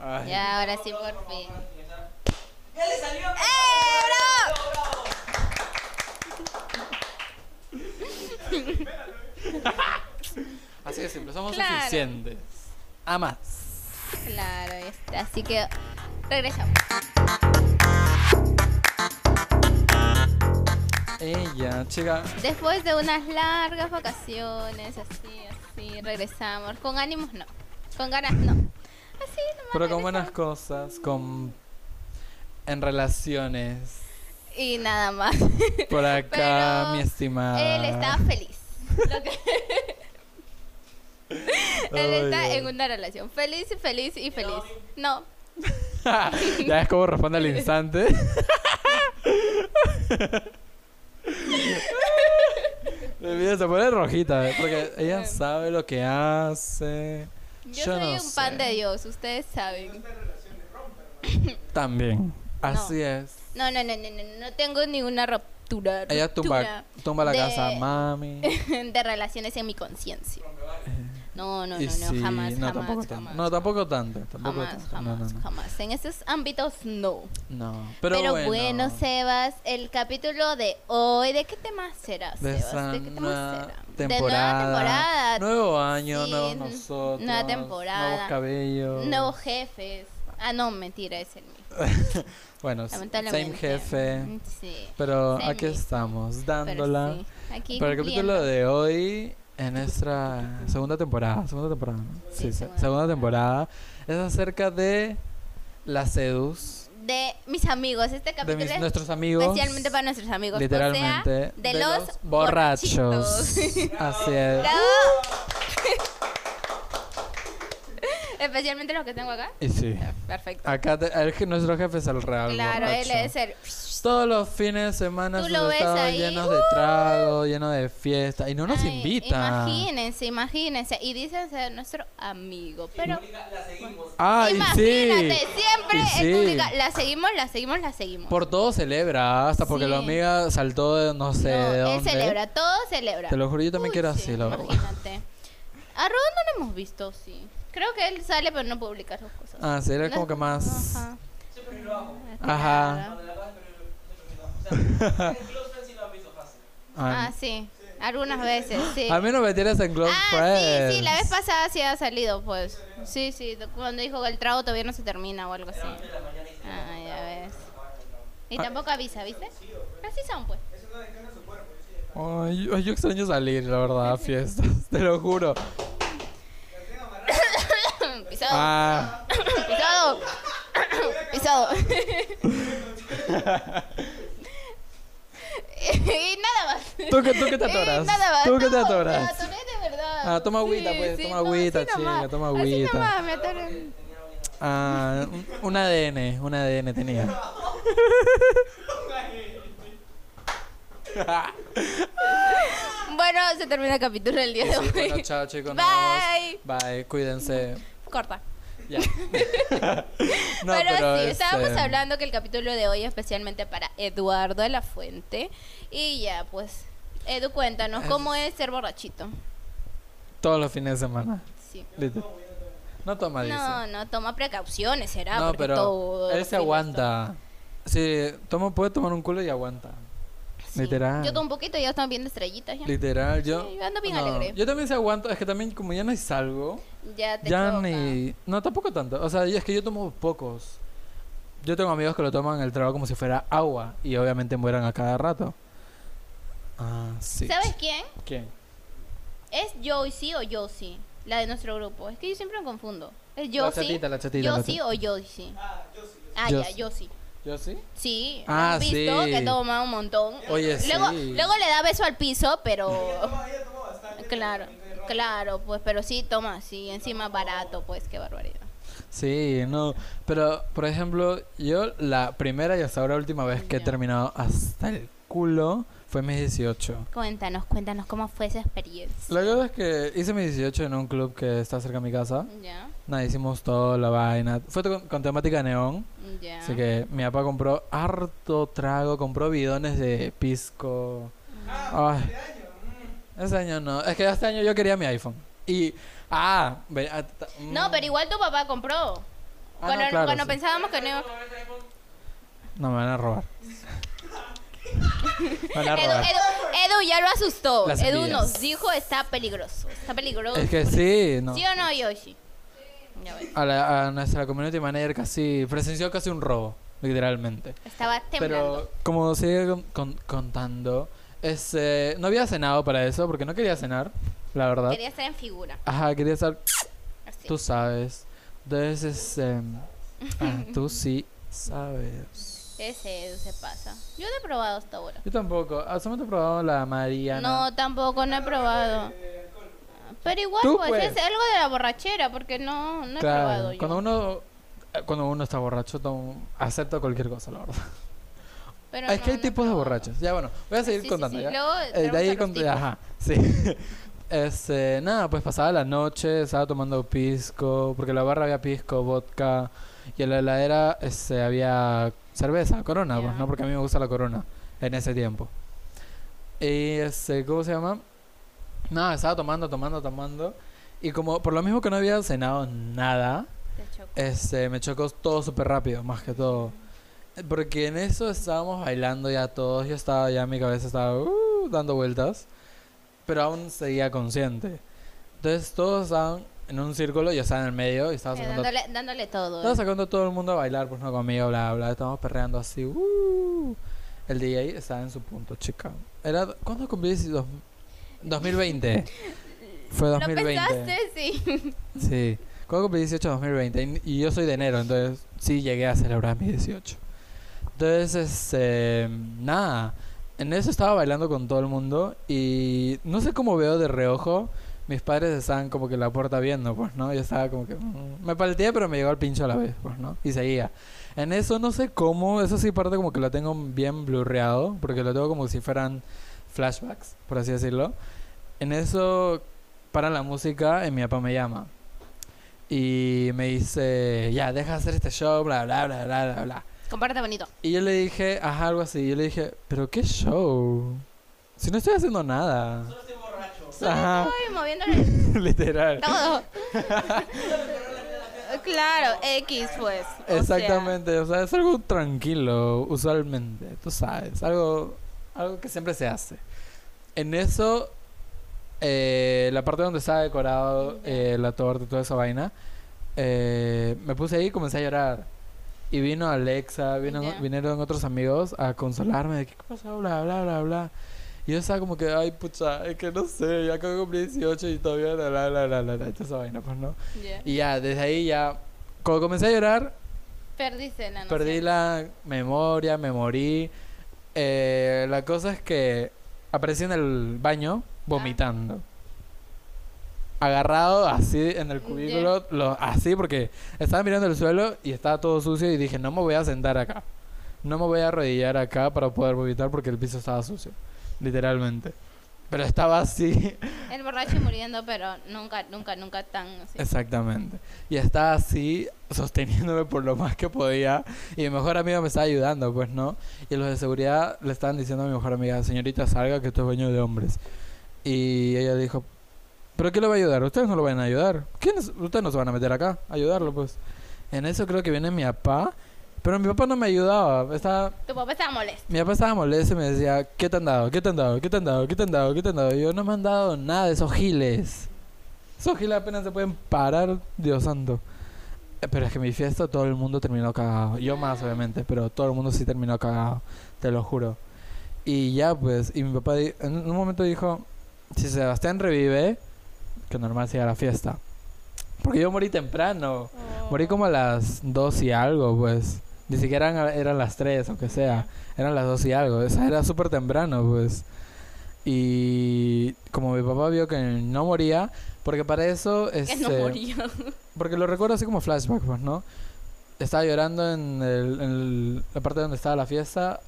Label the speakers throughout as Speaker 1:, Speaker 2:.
Speaker 1: Ay.
Speaker 2: Ya, ahora sí, por fin.
Speaker 3: ¡Ya le salió!
Speaker 2: ¡Eh,
Speaker 3: ¡Bravo!
Speaker 1: Así de simple, somos
Speaker 2: Claro.
Speaker 1: suficientes. A más.
Speaker 2: bravo! Claro, ahí está. Así que regresamos.
Speaker 1: Ella, chica.
Speaker 2: Después de unas largas vacaciones, así, así, regresamos. Con ánimos no. Con ganas no. Así nomás.
Speaker 1: Pero con buenas
Speaker 2: regresamos.
Speaker 1: cosas, con. En relaciones.
Speaker 2: Y nada más.
Speaker 1: Por acá,
Speaker 2: Pero
Speaker 1: mi estimada.
Speaker 2: Él estaba feliz. Lo que- Él está en una relación feliz, feliz y feliz. No,
Speaker 1: ya es como responde al instante. La vida se pone rojita, eh, porque ella sabe lo que hace.
Speaker 2: yo,
Speaker 1: Yo
Speaker 2: soy
Speaker 1: no
Speaker 2: un pan
Speaker 1: sé.
Speaker 2: de Dios, ustedes saben.
Speaker 1: También. Así es.
Speaker 2: No, no, no, no, no, no tengo ninguna ruptura.
Speaker 1: Ella tumba,
Speaker 2: ruptura
Speaker 1: tumba la
Speaker 2: de-
Speaker 1: casa, mami.
Speaker 2: de relaciones en mi conciencia. No, no, no,
Speaker 1: Y
Speaker 2: no,
Speaker 1: sí,
Speaker 2: jamás,
Speaker 1: no,
Speaker 2: jamás,
Speaker 1: tampoco
Speaker 2: jamás.
Speaker 1: tanto. No, tampoco tanto. Tampoco
Speaker 2: Jamás,
Speaker 1: tanto. No,
Speaker 2: jamás,
Speaker 1: no, no.
Speaker 2: jamás. En esos ámbitos no.
Speaker 1: No, Pero,
Speaker 2: Pero,
Speaker 1: bueno.
Speaker 2: bueno. Sebas, el capítulo de hoy, ¿de qué tema será,
Speaker 1: de
Speaker 2: Sebas? ¿De qué
Speaker 1: esa
Speaker 2: tema
Speaker 1: nueva
Speaker 2: será?
Speaker 1: temporada,
Speaker 2: De nueva temporada.
Speaker 1: Nuevo año,
Speaker 2: Sí,
Speaker 1: nuevos
Speaker 2: n-
Speaker 1: nosotros.
Speaker 2: nueva temporada.
Speaker 1: Nuevos cabellos.
Speaker 2: Nuevos jefes. Ah, no, mentira, es el mismo.
Speaker 1: bueno, s-
Speaker 2: Lamentablemente.
Speaker 1: same jefe.
Speaker 2: Sí.
Speaker 1: Pero
Speaker 2: Same
Speaker 1: aquí
Speaker 2: mismo.
Speaker 1: estamos,
Speaker 2: pero
Speaker 1: dándola.
Speaker 2: sí, Aquí
Speaker 1: Para el
Speaker 2: cumpliendo.
Speaker 1: capítulo de hoy, en nuestra segunda temporada, segunda temporada, ¿no?
Speaker 2: Sí,
Speaker 1: se-
Speaker 2: segunda
Speaker 1: segunda, temporada, es acerca de las sedus,
Speaker 2: de mis amigos. Este
Speaker 1: de
Speaker 2: capítulo
Speaker 1: mis-
Speaker 2: es
Speaker 1: nuestros amigos.
Speaker 2: especialmente para nuestros amigos.
Speaker 1: Literalmente.
Speaker 2: O sea, de, los
Speaker 1: borrachos.
Speaker 2: borrachitos.
Speaker 1: Así es.
Speaker 2: Bravo. Especialmente los que tengo acá.
Speaker 1: Y sí.
Speaker 2: Perfecto.
Speaker 1: Acá te- el je- nuestro jefe es el real.
Speaker 2: claro, él
Speaker 1: borracho.
Speaker 2: es el.
Speaker 1: Todos los fines de semana
Speaker 2: Tú
Speaker 1: sus
Speaker 2: lo ves
Speaker 1: estados
Speaker 2: ahí, Uh.
Speaker 1: llenos de trago, llenos de fiesta. Y no nos
Speaker 2: Ay,
Speaker 1: invita.
Speaker 2: Imagínense, imagínense. Y dicen ser nuestro amigo. Pero
Speaker 3: La seguimos.
Speaker 1: Ah, y
Speaker 2: imagínate,
Speaker 1: sí.
Speaker 2: siempre
Speaker 1: Y
Speaker 2: el
Speaker 1: sí.
Speaker 2: publica- La seguimos, la seguimos, la seguimos.
Speaker 1: Por todo celebra, hasta porque
Speaker 2: Sí.
Speaker 1: la amiga saltó de no sé
Speaker 2: No,
Speaker 1: de
Speaker 2: él
Speaker 1: dónde.
Speaker 2: celebra, todo celebra.
Speaker 1: Te lo juro, yo también
Speaker 2: Uy,
Speaker 1: quiero
Speaker 2: sí,
Speaker 1: así, la verdad.
Speaker 2: Imagínate. A Rod no lo hemos visto, sí. Creo que él sale, pero no publica sus cosas.
Speaker 1: Ah, sí, era como que más.
Speaker 2: Ajá. Ah,
Speaker 3: Siempre lo hago.
Speaker 1: Ajá.
Speaker 3: Cuando la vas, pero siempre lo hago. O sea, en close friends sí lo han visto fácil.
Speaker 1: Ah,
Speaker 2: Ah, sí. Algunas veces, sí.
Speaker 1: A mí no me pues. tienes en Close
Speaker 2: Ah,
Speaker 1: Friends.
Speaker 2: sí, sí, la vez pasada sí ha salido, pues. Sí, sí, cuando dijo que el trago todavía no se termina o algo así.
Speaker 3: De la mañana y
Speaker 2: Ah, ya ves.
Speaker 1: Ah.
Speaker 2: Y tampoco avisa, ¿viste? Así son, pues.
Speaker 1: Ay, yo- ay, yo extraño salir, la verdad, a fiestas, te lo juro.
Speaker 2: Pisado,
Speaker 1: Ah,
Speaker 2: pisado, pisado. y nada más.
Speaker 1: tú que, tú que te
Speaker 2: Eh,
Speaker 1: atoras.
Speaker 2: nada más.
Speaker 1: Tú que te
Speaker 2: No, Me
Speaker 1: atoras.
Speaker 2: atoré de verdad.
Speaker 1: Ah, toma agüita, pues, toma
Speaker 2: no,
Speaker 1: agüita,
Speaker 2: así nomás,
Speaker 1: chinga, toma
Speaker 2: Así
Speaker 1: agüita.
Speaker 2: nomás, me atoré.
Speaker 1: Ah, un, un ADN, un ADN tenía.
Speaker 2: Bueno, se termina el capítulo del día
Speaker 1: Y
Speaker 2: de
Speaker 1: sí,
Speaker 2: hoy.
Speaker 1: bueno, chao chicos. nos
Speaker 2: Bye.
Speaker 1: vemos. Bye, cuídense.
Speaker 2: Corta.
Speaker 1: Ya. No,
Speaker 2: pero, sí,
Speaker 1: este,
Speaker 2: estábamos hablando que el capítulo de hoy es especialmente para Eduardo de la Fuente. Y ya, pues, Edu, cuéntanos, ¿cómo es ser borrachito?
Speaker 1: Todos los fines de semana.
Speaker 2: Sí.
Speaker 1: Liter- No toma, dice.
Speaker 2: No, no, toma precauciones, será.
Speaker 1: No,
Speaker 2: porque
Speaker 1: pero
Speaker 2: todo
Speaker 1: él se aguanta. Sí, toma, puede tomar un culo y aguanta.
Speaker 2: Sí.
Speaker 1: Literal.
Speaker 2: Yo tomo un poquito y ya están viendo estrellitas. Ya,
Speaker 1: Literal, yo.
Speaker 2: yo ando bien alegre. Ah,
Speaker 1: Yo también se aguanto, es que también como ya no salgo,
Speaker 2: ya te
Speaker 1: ya
Speaker 2: choca.
Speaker 1: ni. No, tampoco tanto. O sea, es que yo tomo pocos. Yo tengo amigos que lo toman el trabajo como si fuera agua y obviamente mueran a cada rato. Ah, sí.
Speaker 2: ¿Sabes quién?
Speaker 1: ¿Quién?
Speaker 2: ¿Es Joycey o Josie? La de nuestro grupo. Es que yo siempre me confundo. ¿Es
Speaker 1: La
Speaker 2: Josie?
Speaker 1: chatita, la chatita. la
Speaker 2: Josie
Speaker 1: chatita.
Speaker 2: o Josie? Ah,
Speaker 1: Josie.
Speaker 2: ya, Josie.
Speaker 1: ¿Yo sí?
Speaker 2: Sí,
Speaker 1: Ah,
Speaker 2: ¿has visto
Speaker 1: sí.
Speaker 2: que toma un montón.
Speaker 1: Oye,
Speaker 2: Luego,
Speaker 1: sí.
Speaker 2: luego le da beso al piso, pero. Claro, claro, pues, pero sí toma, sí, encima barato, pues, qué barbaridad.
Speaker 1: Sí, no. Pero, por ejemplo, yo la primera y hasta ahora última vez que he
Speaker 2: Ya.
Speaker 1: terminado hasta el culo fue mis 18.
Speaker 2: Cuéntanos, cuéntanos cómo fue esa experiencia.
Speaker 1: La cosa es que hice mis 18 en un club que está cerca de mi casa.
Speaker 2: Ya,
Speaker 1: Nada, hicimos toda la vaina. Fue con, con temática neón.
Speaker 2: ya.
Speaker 1: Así que mi papá compró harto trago, compró bidones de pisco. Ay. Ese año no. Es que este año yo quería mi iPhone. Y. Ah. ve- ah, ta-
Speaker 2: No, pero igual tu papá compró.
Speaker 1: Ah,
Speaker 2: cuando
Speaker 1: no, claro,
Speaker 2: cuando
Speaker 1: sí.
Speaker 2: pensábamos que no iba-
Speaker 1: No, me van a robar. Me van a
Speaker 2: Edu,
Speaker 1: robar.
Speaker 2: Edu, Edu ya lo asustó.
Speaker 1: Las
Speaker 2: Edu
Speaker 1: envidias.
Speaker 2: nos dijo está peligroso. Está peligroso.
Speaker 1: Es que sí, no.
Speaker 2: ¿Sí o no, Yoshi? Ya ves.
Speaker 1: A, la- a nuestra community manager casi presenció casi un robo, literalmente.
Speaker 2: Estaba temblando.
Speaker 1: Pero como sigue con- con- contando, ese- no había cenado para eso porque no quería cenar, la verdad.
Speaker 2: Quería estar en figura.
Speaker 1: Ajá, quería estar,
Speaker 2: Así.
Speaker 1: tú sabes. Entonces, este, ah, tú sí sabes.
Speaker 2: Ese Edu se pasa. Yo no he probado hasta ahora.
Speaker 1: Yo tampoco, ah, solamente he probado la Mariana.
Speaker 2: No, tampoco, no he probado. Pero igual,
Speaker 1: Tú,
Speaker 2: pues,
Speaker 1: pues.
Speaker 2: es algo de la borrachera, porque no, no he probado yo.
Speaker 1: cuando uno eh, cuando uno está borracho, tom- acepta cualquier cosa, la verdad.
Speaker 2: Pero
Speaker 1: es
Speaker 2: no,
Speaker 1: que hay
Speaker 2: no he
Speaker 1: tipos de
Speaker 2: probado.
Speaker 1: borrachos. Ya bueno, voy a seguir
Speaker 2: Sí, sí,
Speaker 1: contando
Speaker 2: sí.
Speaker 1: ya.
Speaker 2: Luego
Speaker 1: Eh, de
Speaker 2: entramos a
Speaker 1: ahí
Speaker 2: los
Speaker 1: con...
Speaker 2: tipos.
Speaker 1: Ajá, sí. Este, nada, pues pasaba la noche, estaba tomando pisco, porque en la barra había pisco, vodka, y en la heladera este, había cerveza, corona, pues,
Speaker 2: Ya.
Speaker 1: ¿no? Porque a mí me gusta la corona en ese tiempo. Y este, ¿cómo se llama? Nada, estaba tomando, tomando, tomando. Y como por lo mismo que no había cenado nada,
Speaker 2: Te choco.
Speaker 1: este, me chocó todo súper rápido, más que todo. Porque en eso estábamos bailando ya todos. Yo estaba ya, mi cabeza estaba uh, dando vueltas. Pero aún seguía consciente. Entonces todos estaban en un círculo, yo estaba en el medio y estaba
Speaker 2: Eh,
Speaker 1: sacando,
Speaker 2: dándole, dándole todo.
Speaker 1: estaba
Speaker 2: eh.
Speaker 1: sacando a todo el mundo a bailar, pues no conmigo, bla, bla. Estábamos perreando así. uh. El DJ estaba en su punto, chica. Era, ¿Cuándo cumplí? Dos- 2020. Fue
Speaker 2: ¿Lo
Speaker 1: 2020.
Speaker 2: pensaste? Sí.
Speaker 1: Sí. Cuando cumplí 18 2020 y y yo soy de enero, entonces sí llegué a celebrar mis 18. Entonces, este, nada, en eso estaba bailando con todo el mundo y no sé cómo veo de reojo, mis padres estaban como que en la puerta viendo, pues, ¿no? Yo estaba como que... mm, Me palteé, pero me llegó al pincho a la vez, pues, ¿no? Y seguía. En eso no sé cómo, eso sí parte como que lo tengo bien blurreado, porque lo tengo como si fueran flashbacks, por así decirlo. En eso para la música y mi papá me llama. Y me dice, ya, deja de hacer este show, bla, bla, bla, bla, bla, bla.
Speaker 2: Comparte bonito.
Speaker 1: Y yo le dije, ajá, algo así. Yo le dije, pero qué show. Si no estoy haciendo nada.
Speaker 3: Solo estoy borracho.
Speaker 1: Ajá,
Speaker 2: Estoy moviéndole
Speaker 1: literal.
Speaker 2: todo. claro, X pues. o sea,
Speaker 1: Exactamente, o sea, es algo tranquilo, usualmente, tú sabes, algo, algo que siempre se hace. En eso, eh, la parte donde estaba decorado eh, la torta y toda esa vaina, eh, me puse ahí y comencé a llorar. Y vino Alexa, vino,
Speaker 2: Ya.
Speaker 1: vinieron otros amigos a consolarme de qué pasó, bla, bla, bla, bla. Y yo estaba como que, ay, pucha, es que no sé, ya acabo de cumplir 18 y todavía, la, la, la, la, la, la, y toda esa vaina, pues no.
Speaker 2: ya.
Speaker 1: Y ya, desde ahí ya, cuando comencé a llorar,
Speaker 2: Perdiste la noción.
Speaker 1: Perdí la memoria, me morí. Eh, la cosa es que aparecí en el baño vomitando. Agarrado así en el
Speaker 2: Ya.
Speaker 1: cubículo, lo- así porque estaba mirando el suelo y estaba todo sucio y dije, no me voy a sentar acá. No me voy a arrodillar acá para poder vomitar porque el piso estaba sucio, literalmente. Pero estaba así
Speaker 2: El borracho muriendo, pero nunca, nunca, nunca tan así.
Speaker 1: Exactamente. Y estaba así sosteniéndome por lo más que podía. Y mi mejor amiga me estaba ayudando, pues, ¿no? Y los de seguridad le estaban diciendo a mi mejor amiga, señorita, salga que esto es baño de hombres. Y ella dijo, ¿pero qué le va a ayudar? Ustedes no lo van a ayudar. ¿Quiénes? Ustedes no se van a meter acá. a Ayudarlo, pues. En eso creo que viene mi papá. Pero mi papá no me ayudaba. Estaba
Speaker 2: Tu papá estaba molesto.
Speaker 1: mi papá estaba molesto y me decía, ¿qué te han dado? ¿Qué te han dado? ¿Qué te han dado? ¿Qué te han dado? ¿Qué te han dado? Y yo no me han dado nada de esos giles. Esos giles apenas se pueden parar, Dios santo. Eh, Pero es que mi fiesta todo el mundo terminó cagado. Yo más, obviamente, pero todo el mundo sí terminó cagado, te lo juro. Y ya, pues, y mi papá di- en un momento dijo, si Sebastián revive, que normal siga la fiesta. Porque yo morí temprano. Morí como a las 2 y algo, pues. Ni siquiera eran, eran las 3, aunque sea. Eran las 2 y algo. O sea, era súper temprano, pues. Y como mi papá vio que no moría, porque para eso...
Speaker 2: Que
Speaker 1: Este,
Speaker 2: no moría.
Speaker 1: Porque lo recuerdo así como flashback, pues, ¿no? Estaba llorando en, el- en el- la parte donde estaba la fiesta.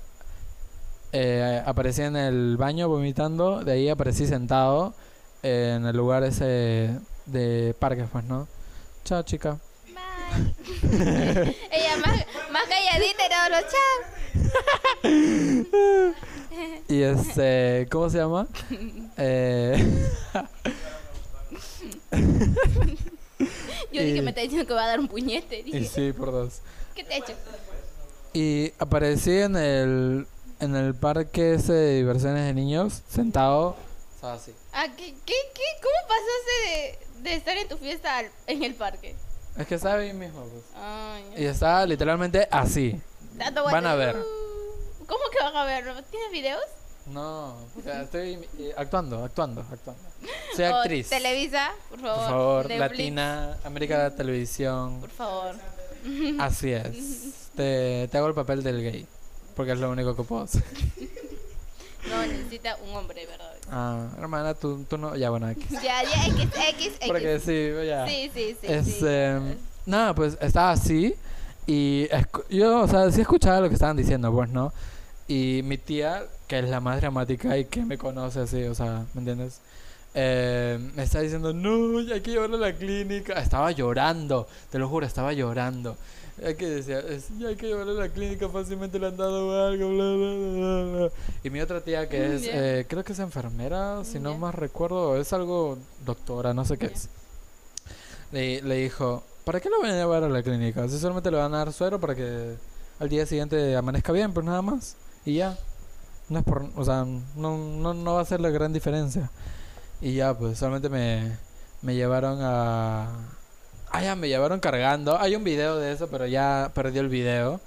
Speaker 1: Eh, aparecí en el baño vomitando. De ahí aparecí sentado en el lugar ese de parques, pues, ¿no? Chao, chica.
Speaker 2: Bye. Ella más, más calladita era los chao.
Speaker 1: Y este, ¿cómo se llama? Eh,
Speaker 2: Yo
Speaker 1: Y-
Speaker 2: dije, me está diciendo que va a dar un puñete.
Speaker 1: Y
Speaker 2: Dije,
Speaker 1: sí, por dos.
Speaker 2: ¿qué te ha hecho?
Speaker 1: Y aparecí en el, en el parque ese de diversiones de niños, sentado. o sea, así.
Speaker 2: Ah, ¿qué, qué, qué? ¿Cómo pasaste de, de estar en tu fiesta al- en el parque?
Speaker 1: Es que estaba ahí mismo. pues. Y
Speaker 2: Ay,
Speaker 1: estaba literalmente así.
Speaker 2: Tato,
Speaker 1: van a
Speaker 2: guate-
Speaker 1: ver.
Speaker 2: Uh, ¿Cómo que van a ver? ¿Tienes videos?
Speaker 1: No, o sea, estoy eh, actuando, actuando, actuando. Soy
Speaker 2: O
Speaker 1: actriz.
Speaker 2: Televisa, por favor.
Speaker 1: por favor,
Speaker 2: Netflix,
Speaker 1: Latina, América de la
Speaker 2: Por
Speaker 1: Televisión.
Speaker 2: favor.
Speaker 1: Así es. Te, te hago el papel del gay. Porque es lo único que puedo hacer.
Speaker 2: No, necesita un hombre, ¿verdad?
Speaker 1: Ah, hermana, tú, tú no. Ya, bueno, X.
Speaker 2: Ya, ya, X, X, X.
Speaker 1: Porque sí, ya.
Speaker 2: Sí, sí, sí.
Speaker 1: es,
Speaker 2: sí.
Speaker 1: em, nada, pues estaba así y escu- yo, o sea, sí escuchaba lo que estaban diciendo, pues, ¿no? Y mi tía, que es la más dramática y que me conoce así, o sea, ¿me entiendes? Em, me está diciendo, no, ya hay que llevarlo a la clínica. Estaba llorando, te lo juro, estaba llorando. Hay que decía, es- ya hay que llevarlo a la clínica, fácilmente le han dado algo, bla, bla, bla, bla. Y mi otra tía que
Speaker 2: Mm,
Speaker 1: es,
Speaker 2: ya.
Speaker 1: eh, creo que es enfermera, si no
Speaker 2: Mm, Ya.
Speaker 1: más recuerdo, es algo doctora, no sé qué
Speaker 2: Ya.
Speaker 1: es. Le, le dijo, ¿para qué lo van a llevar a la clínica? Si solamente le van a dar suero para que al día siguiente amanezca bien, pues nada más. Y ya. No es por, o sea, no, no, no va a ser la gran diferencia. Y ya, pues solamente me, me llevaron a... Ah, ya, me llevaron cargando. Hay un video de eso, pero ya perdió el video.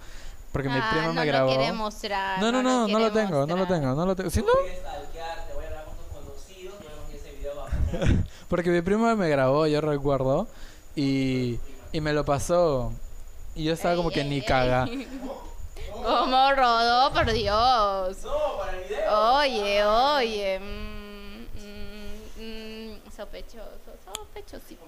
Speaker 1: Porque mi
Speaker 2: Ah,
Speaker 1: prima
Speaker 2: no ah,
Speaker 1: me
Speaker 2: lo
Speaker 1: grabó.
Speaker 2: quiere mostrar.
Speaker 1: no, no, no, no,
Speaker 2: quiere
Speaker 1: lo tengo, no lo
Speaker 2: mostrar.
Speaker 1: tengo, no lo tengo. Si no,
Speaker 3: voy a stalkear, te voy a hablar con tus conocidos, luego que ese video va a poner.
Speaker 1: Porque mi prima me grabó, yo recuerdo, y, y me lo pasó. Y yo estaba como
Speaker 2: Ey,
Speaker 1: que
Speaker 2: ey,
Speaker 1: ni
Speaker 2: ey.
Speaker 1: caga.
Speaker 2: ¿Cómo rodó? Por Dios.
Speaker 3: No, para el video.
Speaker 2: Oye, oye. mm, mm, mm, sospechoso, sospechosito.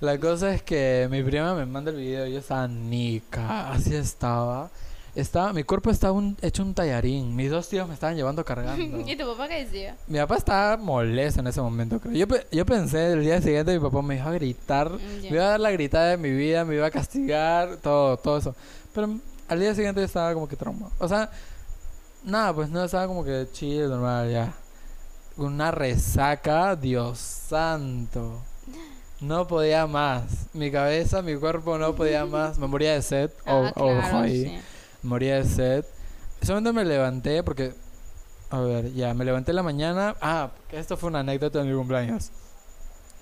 Speaker 1: La cosa es que mi prima me manda el video y yo estaba ni caga, así estaba. estaba mi cuerpo estaba un- hecho un tallarín. Mis dos tíos me estaban llevando cargando.
Speaker 2: ¿Y tu papá qué decía?
Speaker 1: mi papá estaba molesto en ese momento, creo. Yo, pe- yo pensé el día siguiente mi papá me iba a gritar,
Speaker 2: Mm, ya.
Speaker 1: me iba a dar la gritada de mi vida, me iba a castigar, todo, todo eso. Pero al día siguiente yo estaba como que traumado. O sea, nada, pues no estaba como que chill, normal, ya. Una resaca, Dios santo. No podía más. Mi cabeza, mi cuerpo no podía más. Me moría de sed.
Speaker 2: Ah,
Speaker 1: ojo
Speaker 2: claro,
Speaker 1: Oh, ahí.
Speaker 2: sí.
Speaker 1: Moría de sed. Solamente me levanté porque. A ver, ya, me levanté en la mañana. Ah, esto fue una anécdota de mi cumpleaños.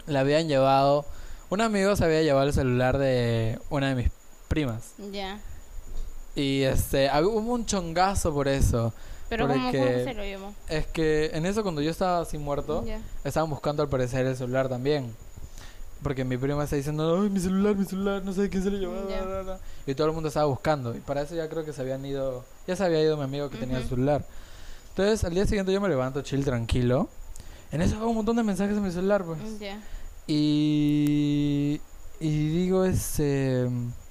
Speaker 1: La habían llevado. Un amigo se había llevado el celular de una de mis primas.
Speaker 2: Ya.
Speaker 1: Y este, hab- hubo un chongazo por eso.
Speaker 2: Pero ¿cómo,
Speaker 1: Porque-
Speaker 2: cómo se lo llevó?
Speaker 1: Es que en eso, cuando yo estaba así muerto,
Speaker 2: Ya.
Speaker 1: estaban buscando al parecer el celular también. Porque mi prima está diciendo, ay, mi celular, mi celular, no sé quién se lo llevó.
Speaker 2: Ya.
Speaker 1: bla, bla, bla". Y todo el mundo estaba buscando. Y para eso ya creo que se habían ido, ya se había ido mi amigo que tenía el
Speaker 2: Ujú.
Speaker 1: celular. Entonces al día siguiente yo me levanto chill, tranquilo. En eso hago un montón de mensajes en mi celular, pues.
Speaker 2: Ya.
Speaker 1: Y, y digo, este,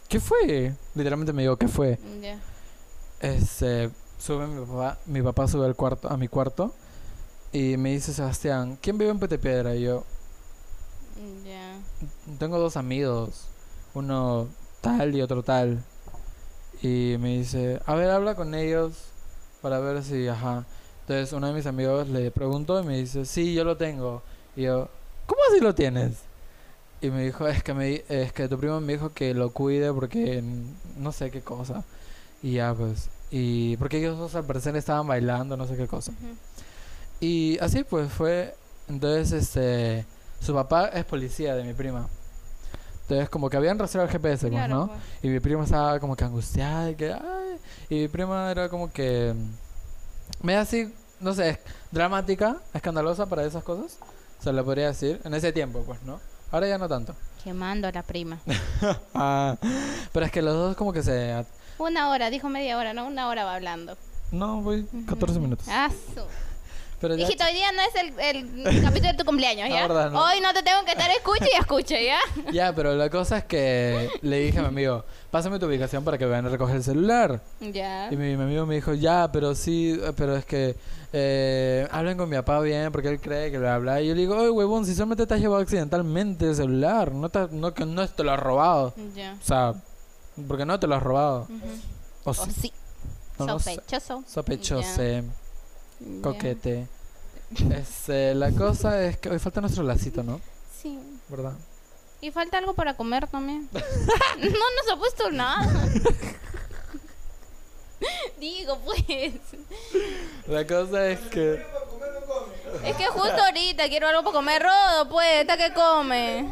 Speaker 1: ¿qué fue? Literalmente me digo, ¿qué fue?
Speaker 2: Ya.
Speaker 1: Este, sube mi papá, mi papá sube al cuarto, a mi cuarto. Y me dice, Sebastián, ¿quién vive en Petepiedra? Y yo,
Speaker 2: Ya.
Speaker 1: tengo dos amigos, uno tal y otro tal. Y me dice, a ver, habla con ellos para ver si, ajá. Entonces uno de mis amigos le preguntó y me dice, sí, yo lo tengo. Y yo, ¿cómo así lo tienes? Y me dijo, es que, me, di- es que tu primo me dijo que lo cuide porque mm, no sé qué cosa. Y ya pues, y porque ellos dos al parecer estaban bailando, no sé qué cosa.
Speaker 2: Ujú.
Speaker 1: Y así pues fue. Entonces, este. Su papá es policía de mi prima. Entonces, como que habían rastreado el GPS, pues,
Speaker 2: Claro,
Speaker 1: ¿no?
Speaker 2: pues.
Speaker 1: Y mi prima estaba como que angustiada. Y, que, "Ay". y mi prima era como que. mm, Medio así, no sé, es- dramática, escandalosa para esas cosas. Se lo podría decir. En ese tiempo, pues, ¿no? Ahora ya no tanto.
Speaker 2: Quemando a la prima.
Speaker 1: Ah, pero es que los dos, como que se. at-
Speaker 2: Una hora, dijo media hora, ¿no? Una hora va hablando.
Speaker 1: No, voy 14 minutos.
Speaker 2: Ah, su.
Speaker 1: Pero ya.
Speaker 2: Hijito, hoy día no es el, el capítulo de tu cumpleaños,
Speaker 1: La
Speaker 2: ¿ya?
Speaker 1: verdad, no.
Speaker 2: Hoy no te tengo que estar escuche y escuche, ¿ya?
Speaker 1: Ya, pero la cosa es que le dije a mi amigo, pásame tu ubicación para que vayan a recoger el celular.
Speaker 2: Ya.
Speaker 1: Y mi, mi amigo me dijo, ya, pero sí, eh, pero es que eh, hablen con mi papá bien porque él cree que bla, bla. Y yo le digo, oye, huevón, si solamente te has llevado accidentalmente el celular, no te, no, que no te lo has robado.
Speaker 2: Ya.
Speaker 1: O sea, porque no te lo has robado.
Speaker 2: Ujú.
Speaker 1: O
Speaker 2: O
Speaker 1: sí,
Speaker 2: sí.
Speaker 1: no, no sé.
Speaker 2: Sospechoso.
Speaker 1: Sospechoso,
Speaker 2: Ya.
Speaker 1: coquete. Este, la cosa es que hoy falta nuestro lacito, ¿no?
Speaker 2: Sí.
Speaker 1: ¿Verdad?
Speaker 2: Y falta algo para comer también. no nos ha puesto nada. Digo, pues.
Speaker 1: La cosa es que.
Speaker 3: Por comer no come.
Speaker 2: Es que justo ahorita quiero algo para comer. Rodo, pues, está que come.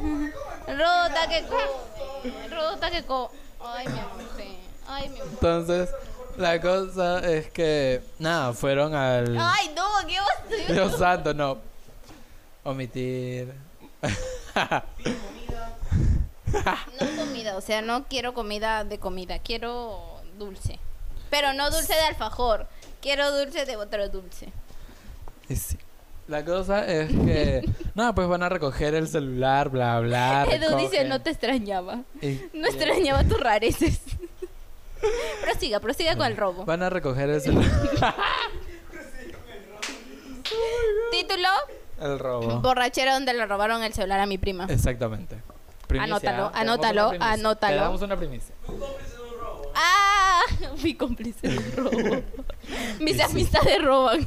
Speaker 2: Rodo, está que come. Rodo, está que come. Ay, mi amor. sí. Ay, mi amor.
Speaker 1: Entonces, la cosa es que. Nada, fueron al.
Speaker 2: Ay, no, ¿qué vas a hacer?
Speaker 1: Dios santo, no. Omitir.
Speaker 2: No comida, o sea, no quiero comida de comida, quiero dulce. Pero no dulce de alfajor, quiero dulce de otro dulce.
Speaker 1: Y sí. La cosa es que. nada, pues van a recoger el celular, bla, bla.
Speaker 2: Edu dice,
Speaker 1: recogen.
Speaker 2: no te extrañaba.
Speaker 1: Y-
Speaker 2: No extrañaba tus rareces. prosiga, prosiga con el robo.
Speaker 1: Van a recoger el celular.
Speaker 2: Título,
Speaker 1: El robo.
Speaker 2: borrachera donde le robaron el celular a mi prima.
Speaker 1: Eh. Exactamente.
Speaker 2: Anótalo,
Speaker 1: ¿ah? Te damos una
Speaker 2: anótalo,
Speaker 1: primicia.
Speaker 2: anótalo.
Speaker 1: Te damos una primicia.
Speaker 2: ¡Ah! Fui cómplice de un robo. Mis amistades roban.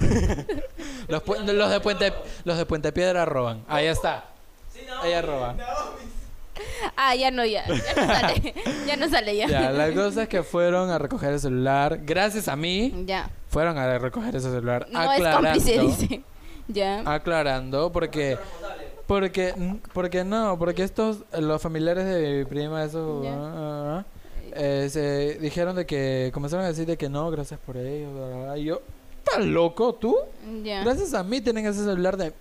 Speaker 1: Los, pu- los de Puente, los de Puente Piedra roban. Ahí está. Ella roba.
Speaker 2: Ah, ya no, ya. Ya no sale. Ya no sale, ya.
Speaker 1: Ya, la cosa es que fueron a recoger el celular. Gracias a mí,
Speaker 2: Ya.
Speaker 1: fueron a recoger ese celular.
Speaker 2: No es
Speaker 1: aclarando,
Speaker 2: cómplice, dice. Ya.
Speaker 1: Ah. Aclarando, porque. Porque, porque no, porque estos, los familiares de mi prima, eso,
Speaker 2: Ya.
Speaker 1: ah, ah, ah, eh, se dijeron de que, comenzaron a decir de que no, gracias por ello, bla, bla, bla. y yo, ¿estás loco tú?
Speaker 2: Ya.
Speaker 1: Gracias a mí tienen ese celular de,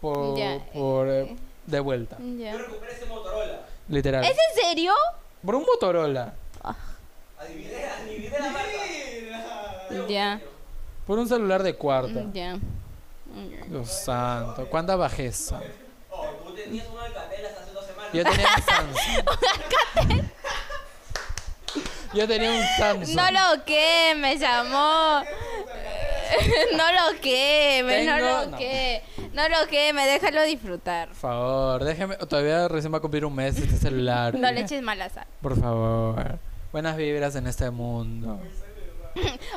Speaker 1: por,
Speaker 2: Ya,
Speaker 1: por, eh,
Speaker 2: eh.
Speaker 1: de vuelta,
Speaker 2: Ya.
Speaker 3: Yo recuperé ese Motorola.
Speaker 1: literal,
Speaker 2: ¿Es en serio?
Speaker 1: por un Motorola,
Speaker 3: Adiviné, adiviné la marca.
Speaker 2: Ya.
Speaker 1: por un celular de cuarta.
Speaker 2: Ya.
Speaker 1: Dios santo, cuánta bajeza.
Speaker 3: Oh, tú tenías una alcatela hasta hace dos semanas.
Speaker 1: Yo tenía un Samsung. Yo tenía un Samsung.
Speaker 2: No lo quemes, amor. No lo quemes, no
Speaker 1: Tengo-
Speaker 2: lo
Speaker 1: no.
Speaker 2: quemes. No lo quemes, déjalo disfrutar.
Speaker 1: Por favor, déjeme. Todavía recién va a cumplir un mes este celular.
Speaker 2: No le eches mala sal.
Speaker 1: Por favor. Buenas vibras en este mundo.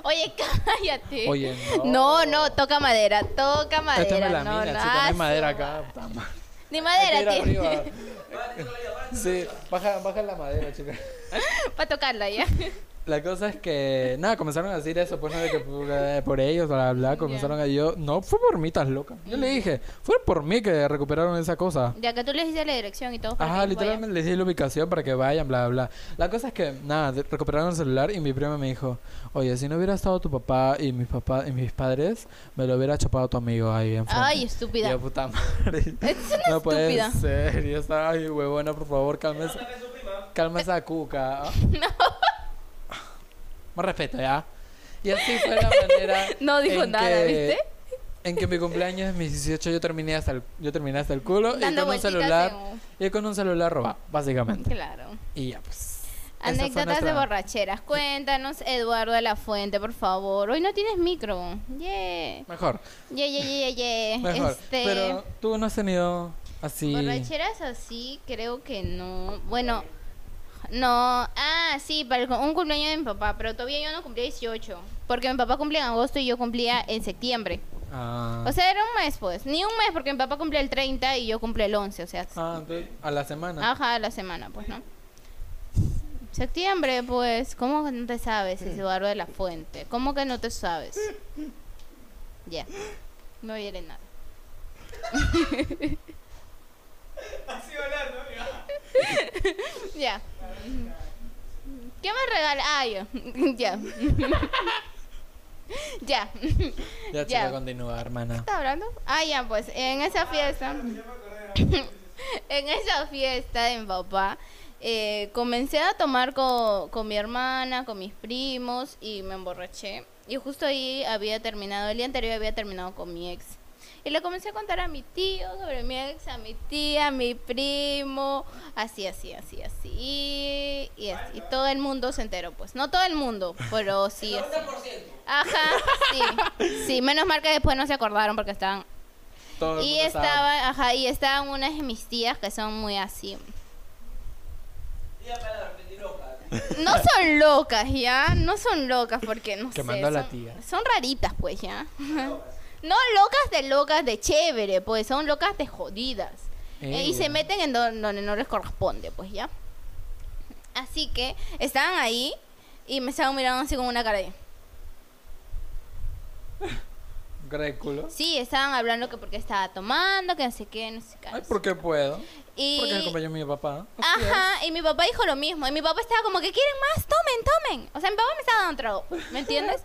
Speaker 2: Oye, cállate.
Speaker 1: Oye,
Speaker 2: no. No, toca madera, toca madera.
Speaker 1: Esta es la
Speaker 2: no,
Speaker 1: mina,
Speaker 2: no.
Speaker 1: chica. No
Speaker 2: Ah,
Speaker 1: hay
Speaker 2: su
Speaker 1: madera
Speaker 2: madre.
Speaker 1: acá. puta madre. Hay que
Speaker 2: Ni
Speaker 1: ir
Speaker 2: madera
Speaker 1: arriba.
Speaker 2: tiene.
Speaker 1: Sí, baja, baja la madera, chica.
Speaker 2: Para tocarla ya.
Speaker 1: La cosa es que, nada, comenzaron a decir eso, pues, no, de que por, eh, por ellos, bla, bla, bla, comenzaron a yo, no, fue por mí, estás loca. Yo le dije, fue por mí que recuperaron esa cosa.
Speaker 2: Ya que tú les dices la dirección y todo. para
Speaker 1: Ajá,
Speaker 2: que vayan.
Speaker 1: literalmente les di la ubicación para que vayan, bla, bla. La cosa es que, nada, de- recuperaron el celular y mi prima me dijo, oye, si no hubiera estado tu papá y mis papá y mis padres, me lo hubiera chapado tu amigo ahí enfrente.
Speaker 2: Ay, estúpida.
Speaker 1: Yo, puta madre.
Speaker 2: Es una
Speaker 1: No puede
Speaker 2: estúpida.
Speaker 1: ser. Yo estaba, ay, huevona, por favor, calma esa,
Speaker 3: Saca su prima.
Speaker 1: calma esa cuca. No. Más respeto, ¿ya? Y así fue la manera
Speaker 2: No dijo
Speaker 1: en
Speaker 2: nada,
Speaker 1: que-
Speaker 2: ¿viste?
Speaker 1: En que mi cumpleaños, mis 18, yo terminé hasta el, yo terminé hasta el culo y
Speaker 2: Dando
Speaker 1: con un
Speaker 2: vueltitas
Speaker 1: celular...
Speaker 2: en
Speaker 1: Y con un celular robado, básicamente.
Speaker 2: un- Claro.
Speaker 1: Y ya, pues. Esa fue
Speaker 2: Anécdotas
Speaker 1: nuestra-
Speaker 2: de borracheras. Cuéntanos, Eduardo de la Fuente, por favor. Hoy no tienes micro. Yeah.
Speaker 1: Mejor,
Speaker 2: Yeah, yeah, yeah, yeah, yeah.
Speaker 1: mejor.
Speaker 2: Este,
Speaker 1: Pero tú no has tenido así.
Speaker 2: Borracheras así, creo que no. Bueno, no. Ah, sí, para el cu- un cumpleaños de mi papá. Pero todavía yo no cumplía 18. Porque mi papá cumplía en agosto y yo cumplía en septiembre.
Speaker 1: Ah,
Speaker 2: O sea, era un mes, pues. Ni un mes, porque mi papá cumple el 30 y yo cumple el 11. O sea,
Speaker 1: ah, entonces, a la semana.
Speaker 2: Ajá, la semana, pues, ¿no? Septiembre, pues, ¿cómo que no te sabes ese barro de la fuente? ¿Cómo que no te sabes? Ya, no viene nada.
Speaker 3: Así va a hablar, ¿no? Mira.
Speaker 2: Ya. ¿Qué me regala? Ah, ya. ya. ya.
Speaker 1: ya,
Speaker 2: ya.
Speaker 1: chica, continúa, hermana.
Speaker 2: ¿Estás hablando? Ah, ya, pues, en esa fiesta. en esa fiesta de mi papá, eh, comencé a tomar co- con mi hermana, con mis primos y me emborraché. Y justo ahí había terminado, el día anterior había terminado con mi ex. Y le comencé a contar a mi tío sobre mi ex, a mi tía, a mi primo, así, así, así, así. Y, así. y todo el mundo se enteró, pues. No todo el mundo, pero sí. así.
Speaker 3: 90%.
Speaker 2: Ajá, sí. Sí, menos mal que después no se acordaron porque estaban.
Speaker 1: Todo el
Speaker 2: Y
Speaker 1: mundo sabe.
Speaker 2: estaban, ajá, y estaban unas de mis tías que son muy así.
Speaker 3: Diga palabras, mentiroca.
Speaker 2: No son locas, ¿ya? No son locas porque no sé.
Speaker 1: Quemando a la
Speaker 2: son-
Speaker 1: tía.
Speaker 2: Son raritas, pues, ¿ya? No locas de locas de chévere, pues son locas de jodidas. Eh, y se
Speaker 1: Ella.
Speaker 2: meten en don- donde no les corresponde, pues ya. Así que estaban ahí y me estaban mirando así con una cara de...
Speaker 1: Cara de culo.
Speaker 2: Sí, estaban hablando que porque estaba tomando, que no sé qué, no sé qué.
Speaker 1: Ay,
Speaker 2: no sé
Speaker 1: porque puedo.
Speaker 2: Y-
Speaker 1: Porque me acompañó mi papá. Así es.
Speaker 2: Ajá, y mi papá dijo lo mismo. Y mi papá estaba como que quieren más, tomen, tomen. O sea, mi papá me estaba dando un trago, ¿me entiendes?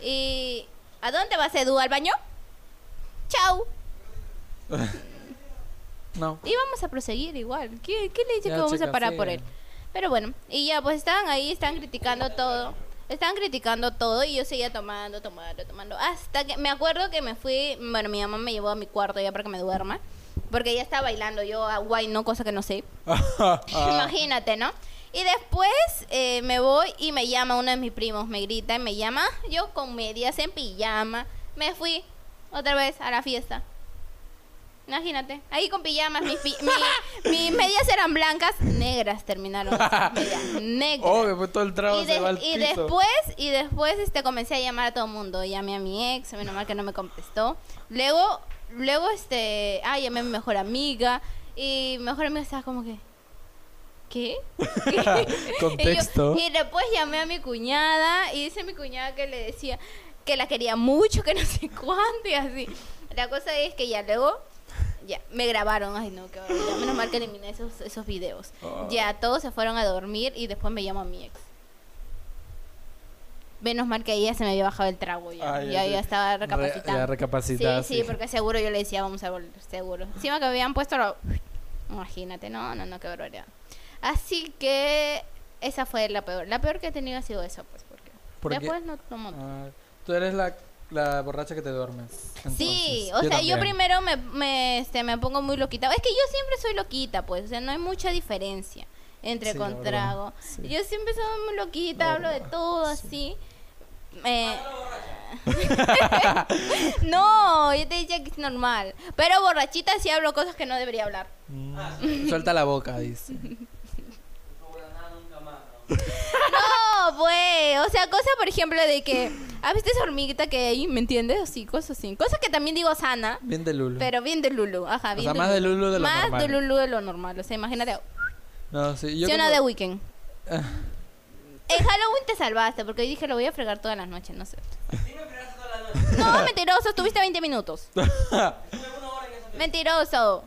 Speaker 2: y ¿a dónde vas, Edu? ¿Al baño? Chau.
Speaker 1: No.
Speaker 2: Y vamos a proseguir igual. ¿Qué, qué le dice
Speaker 1: Ya,
Speaker 2: que vamos
Speaker 1: chica,
Speaker 2: a parar
Speaker 1: sí.
Speaker 2: por él? Pero bueno, y ya, pues estaban ahí, estaban criticando todo. Estaban criticando todo y yo seguía tomando, tomando, tomando. Hasta que me acuerdo que me fui, bueno, mi mamá me llevó a mi cuarto ya para que me duerma. Porque ella estaba bailando, yo a guay, no, cosa que no sé.
Speaker 1: Ah.
Speaker 2: Imagínate, ¿no? Y después eh, me voy y me llama uno de mis primos, me grita y me llama. Yo con medias en pijama me fui otra vez a la fiesta. Imagínate, ahí con pijamas, mis, pi- mi- mis medias eran blancas, negras terminaron. esas medias, negras.
Speaker 1: Obvio, pues todo el trago
Speaker 2: Y,
Speaker 1: se
Speaker 2: de-
Speaker 1: va al
Speaker 2: y
Speaker 1: piso.
Speaker 2: después, y después este, comencé a llamar a todo el mundo. Llamé a mi ex, menos mal que no me contestó. Luego, luego este, ah, llamé a mi mejor amiga. Y mi mejor amiga estaba como que, ¿qué?
Speaker 1: Contexto.
Speaker 2: Y, yo- y después llamé a mi cuñada y dice mi cuñada que le decía que la quería mucho, que no sé cuánto y así. La cosa es que ya luego ya me grabaron, ay no, qué horror, menos mal que eliminé esos, esos videos.
Speaker 1: Ah.
Speaker 2: Ya todos se fueron a dormir y después me llamó mi ex. Menos mal que ella se me había bajado el trago ya.
Speaker 1: Ay,
Speaker 2: ya,
Speaker 1: ay,
Speaker 2: ya
Speaker 1: ay.
Speaker 2: estaba
Speaker 1: Ah, Re-
Speaker 2: recapacitando.
Speaker 1: ya recapacitada,
Speaker 2: Sí,
Speaker 1: sí.
Speaker 2: sí, porque seguro yo le decía, vamos a volver, seguro. Encima que habían puesto lo- Imagínate, no, no, no, qué barbaridad. Así que esa fue la peor. La peor que he tenido ha sido esa, pues, porque
Speaker 1: Porque-
Speaker 2: después no tomo.
Speaker 1: Ah, tú eres la, la borracha que te duermes.
Speaker 2: sí,
Speaker 1: Ah, entonces.
Speaker 2: o sea, yo
Speaker 1: también.
Speaker 2: primero me, me, este, me pongo muy loquita. Es que yo siempre soy loquita, pues, o sea, no hay mucha diferencia entre
Speaker 1: Sí, la
Speaker 2: con
Speaker 1: verdad,
Speaker 2: trago.
Speaker 1: sí.
Speaker 2: Yo siempre soy muy loquita,
Speaker 1: La
Speaker 2: hablo de
Speaker 1: verdad,
Speaker 2: todo así. Eh, no, yo te dije que es normal. Pero borrachita sí hablo cosas que no debería hablar.
Speaker 1: Mm, Suelta la boca, dice.
Speaker 3: sobra nada nunca más. ¿no?
Speaker 2: No, güey. O sea, cosa, por ejemplo, de que. ¿Has visto esa hormiguita que hay? ¿Me entiendes? Así, cosas así. Cosas que también digo sana,
Speaker 1: Bien de Lulu.
Speaker 2: pero bien de Lulu. Ajá,
Speaker 1: O
Speaker 2: bien.
Speaker 1: sea, más de Lulu de lo
Speaker 2: Más
Speaker 1: normal.
Speaker 2: de Lulu de lo normal. O sea, imagínate.
Speaker 1: No, sí,
Speaker 2: Sí
Speaker 1: yo
Speaker 2: o no
Speaker 1: como-
Speaker 2: de weekend.
Speaker 1: Ah.
Speaker 2: En Halloween te salvaste porque yo dije lo voy a fregar todas las noches, no sé.
Speaker 3: Sí me fregaste toda la noche.
Speaker 2: No, mentiroso, estuviste 20 minutos.
Speaker 3: Estuve una hora en esa fiesta.
Speaker 2: Mentiroso.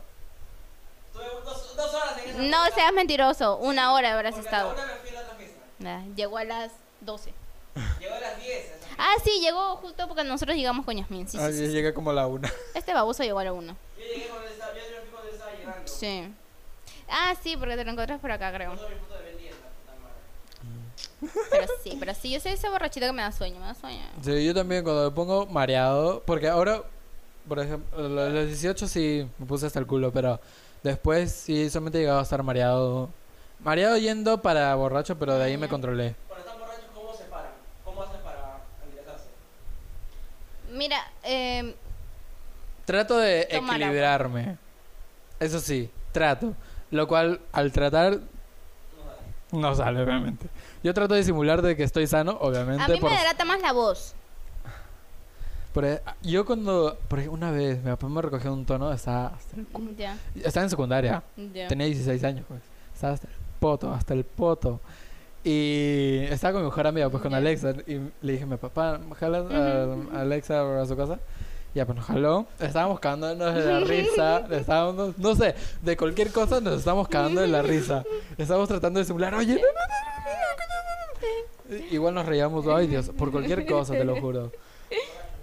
Speaker 3: Estuve dos, dos horas en esa
Speaker 2: No
Speaker 3: fiesta,
Speaker 2: seas mentiroso. Una hora habrás
Speaker 3: porque a la
Speaker 2: estado.
Speaker 3: una me fui a la otra fiesta.
Speaker 2: Nah, llegó a las 12.
Speaker 3: Llegó a las 10. esa fiesta.
Speaker 2: Ah, sí, llegó justo porque nosotros llegamos con Yasmin. Sí,
Speaker 1: Ah,
Speaker 2: sí,
Speaker 1: yo
Speaker 2: sí.
Speaker 1: llegué como la una.
Speaker 2: Este baboso llegó a la 1.
Speaker 3: Yo llegué cuando él estaba, yo me fui cuando él estaba llegando.
Speaker 2: Sí. Ah, sí, porque te lo encuentras por acá, creo.
Speaker 3: No soy puto de Ben 10, la puta madre.
Speaker 2: Pero sí, pero sí, yo soy esa borrachita que me da sueño, me da sueño.
Speaker 1: Sí, yo también cuando me pongo mareado, porque ahora, por ejemplo, lo- los 18 sí me puse hasta el culo, pero después sí solamente llegaba a estar mareado. Mareado yendo para borracho, pero de ahí me controlé.
Speaker 3: Cuando están borrachos, ¿cómo se paran? ¿Cómo hacen para enderezarse?
Speaker 2: Mira, eh,
Speaker 1: Trato de
Speaker 2: Tomar agua.
Speaker 1: equilibrarme. Eso sí, trato. Lo cual al tratar
Speaker 3: No saben.
Speaker 1: no sale, obviamente. Yo trato de simular de que estoy sano,
Speaker 2: a
Speaker 1: obviamente.
Speaker 2: mí
Speaker 1: por-
Speaker 2: me delata más la voz.
Speaker 1: por- e, yo cuando, por ejemplo, una vez mi papá me recogió un tono, estaba, hasta el culo.
Speaker 2: Ya,
Speaker 1: estaba en secundaria.
Speaker 2: ya.
Speaker 1: Tenía 16 años, pues. Estaba hasta el poto, hasta el poto. Y estaba con mi mejor amiga, pues con
Speaker 2: Ya.
Speaker 1: Alexa. Y le dije, mi papá, ¿me jalas a a Alexa a su casa? Ya, pues nos jaló. Estábamos cagándonos de la risa. Estábamos, no sé, de cualquier cosa nos estábamos cagando de la risa. Estábamos tratando de simular, oye. Igual nos reíamos, ay Dios, por cualquier cosa, te lo juro.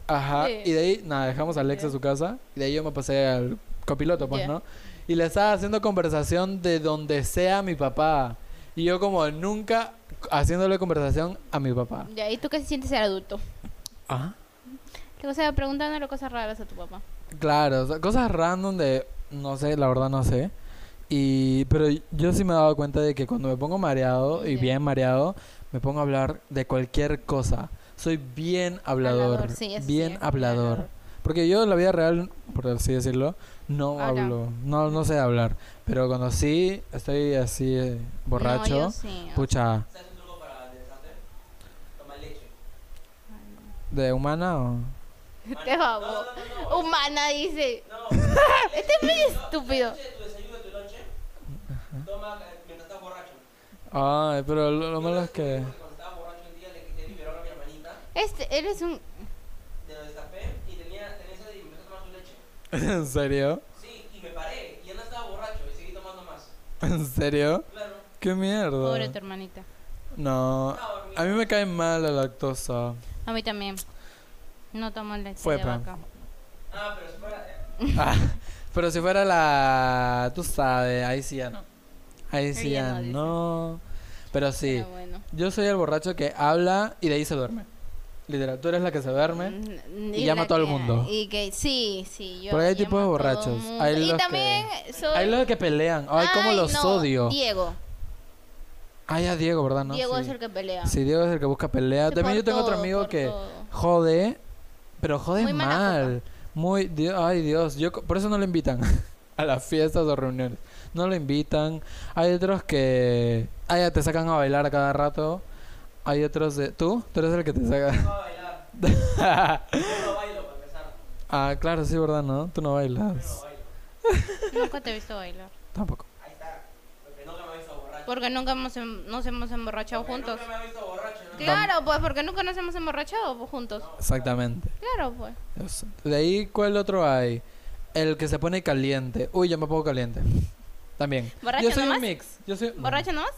Speaker 1: Ajá,
Speaker 2: Sí.
Speaker 1: y de ahí, nada, dejamos a Alexa a su casa. Y de ahí yo me pasé al copiloto, pues,
Speaker 2: Ya.
Speaker 1: ¿no? Y le estaba haciendo conversación de donde sea mi papá. Y yo como nunca haciéndole conversación a mi papá.
Speaker 2: Ya, ¿y tú qué se sientes ser adulto?
Speaker 1: Ah.
Speaker 2: Te cosa preguntándole cosas raras a tu papá.
Speaker 1: Claro, o sea, cosas random de, no sé, la verdad no sé. Y, pero yo sí me he dado cuenta de que cuando me pongo mareado y
Speaker 2: Ya.
Speaker 1: bien mareado, me pongo a hablar de cualquier cosa. Soy bien hablador,
Speaker 2: Hablador, sí, eso
Speaker 1: bien
Speaker 2: sí, es bien
Speaker 1: hablador.
Speaker 2: hablador.
Speaker 1: Porque yo en la vida real, por así decirlo, no
Speaker 2: Habla.
Speaker 1: hablo, no, no sé hablar. Pero cuando sí estoy así eh, borracho,
Speaker 2: No, yo sí.
Speaker 1: pucha,
Speaker 3: ¿Sabes un truco para enderezarte? Toma leche.
Speaker 1: de humana o...
Speaker 2: Este babo. Humana, dice.
Speaker 3: No,
Speaker 2: Este es muy estúpido.
Speaker 3: leche de tu desayuno. mamá eh, mientras estaba borracho.
Speaker 1: Ay, pero lo, lo malo es que...
Speaker 3: Cuando estaba borracho un día le quité mi biberón a mi hermanita,
Speaker 2: Este, eres un...
Speaker 3: te lo destapé y tenía, tenía sed y empezó a tomar su leche.
Speaker 1: ¿En serio?
Speaker 3: Sí, y me paré. Y él no estaba borracho y seguí tomando más.
Speaker 1: ¿En serio?
Speaker 3: Claro.
Speaker 1: ¿Qué
Speaker 2: Pobre tu
Speaker 1: mierda?
Speaker 2: hermanita.
Speaker 1: No,
Speaker 3: Estaba dormido.
Speaker 1: a mí me cae mal la lactosa.
Speaker 2: A mí también. No tomo leche
Speaker 1: Fue
Speaker 2: de
Speaker 1: pa.
Speaker 2: vaca.
Speaker 3: Ah, pero si fuera... eh,
Speaker 1: Ah, pero si fuera la... Tú sabes, ahí sí ya no. Ahí sí
Speaker 2: Ahí ya
Speaker 1: ya
Speaker 2: no, dice.
Speaker 1: no. Pero sí,
Speaker 2: Pero bueno.
Speaker 1: yo soy el borracho que habla y de ahí se duerme. Literal, tú eres la que se duerme.
Speaker 2: Mm,
Speaker 1: Y llama
Speaker 2: la
Speaker 1: a todo el
Speaker 2: que-
Speaker 1: mundo.
Speaker 2: Y que sí, sí, yo.
Speaker 1: Porque hay
Speaker 2: llamo
Speaker 1: tipos de
Speaker 2: a todo
Speaker 1: borrachos.
Speaker 2: mundo.
Speaker 1: Hay
Speaker 2: y
Speaker 1: los que-
Speaker 2: también soy.
Speaker 1: Hay los que pelean. Ay, cómo
Speaker 2: Ay,
Speaker 1: los
Speaker 2: no,
Speaker 1: odio.
Speaker 2: Diego.
Speaker 1: Ay, a Diego, ¿verdad? No,
Speaker 2: Diego
Speaker 1: sí.
Speaker 2: es el que pelea.
Speaker 1: Sí, Diego es el que busca pelea.
Speaker 2: Sí,
Speaker 1: También yo
Speaker 2: por
Speaker 1: tengo otro
Speaker 2: todo,
Speaker 1: amigo
Speaker 2: por
Speaker 1: que
Speaker 2: todo.
Speaker 1: jode, pero jode
Speaker 2: Muy mala
Speaker 1: mal. Muy, di- ay Dios, yo co- por eso no lo invitan a las fiestas o reuniones. No lo invitan. Hay otros que ay, ya te sacan a bailar a cada rato. Hay otros de tú, tú eres el que te saca.
Speaker 3: No va a bailar. Yo no bailo para empezar.
Speaker 1: ah, claro, sí, verdad, ¿no? Tú no
Speaker 3: Yo no
Speaker 1: bailas.
Speaker 3: bailo.
Speaker 2: Nunca te he visto bailar.
Speaker 1: Tampoco.
Speaker 3: Ahí está. Porque nunca me ha visto borracho.
Speaker 2: Porque nunca hemos em- nos hemos emborrachado
Speaker 3: Porque
Speaker 2: juntos.
Speaker 3: Nunca me ha visto borracho. ¿no?
Speaker 2: Claro, pues, porque nunca nos hemos emborrachado pues, juntos.
Speaker 1: Exactamente.
Speaker 2: Claro, pues.
Speaker 1: Dios. De ahí cuál otro hay? El que se pone caliente. Uy, yo me pongo caliente. También.
Speaker 2: ¿Borracho
Speaker 1: yo soy
Speaker 2: nomás?
Speaker 1: un mix. Yo soy
Speaker 2: ¿Borracho nomás?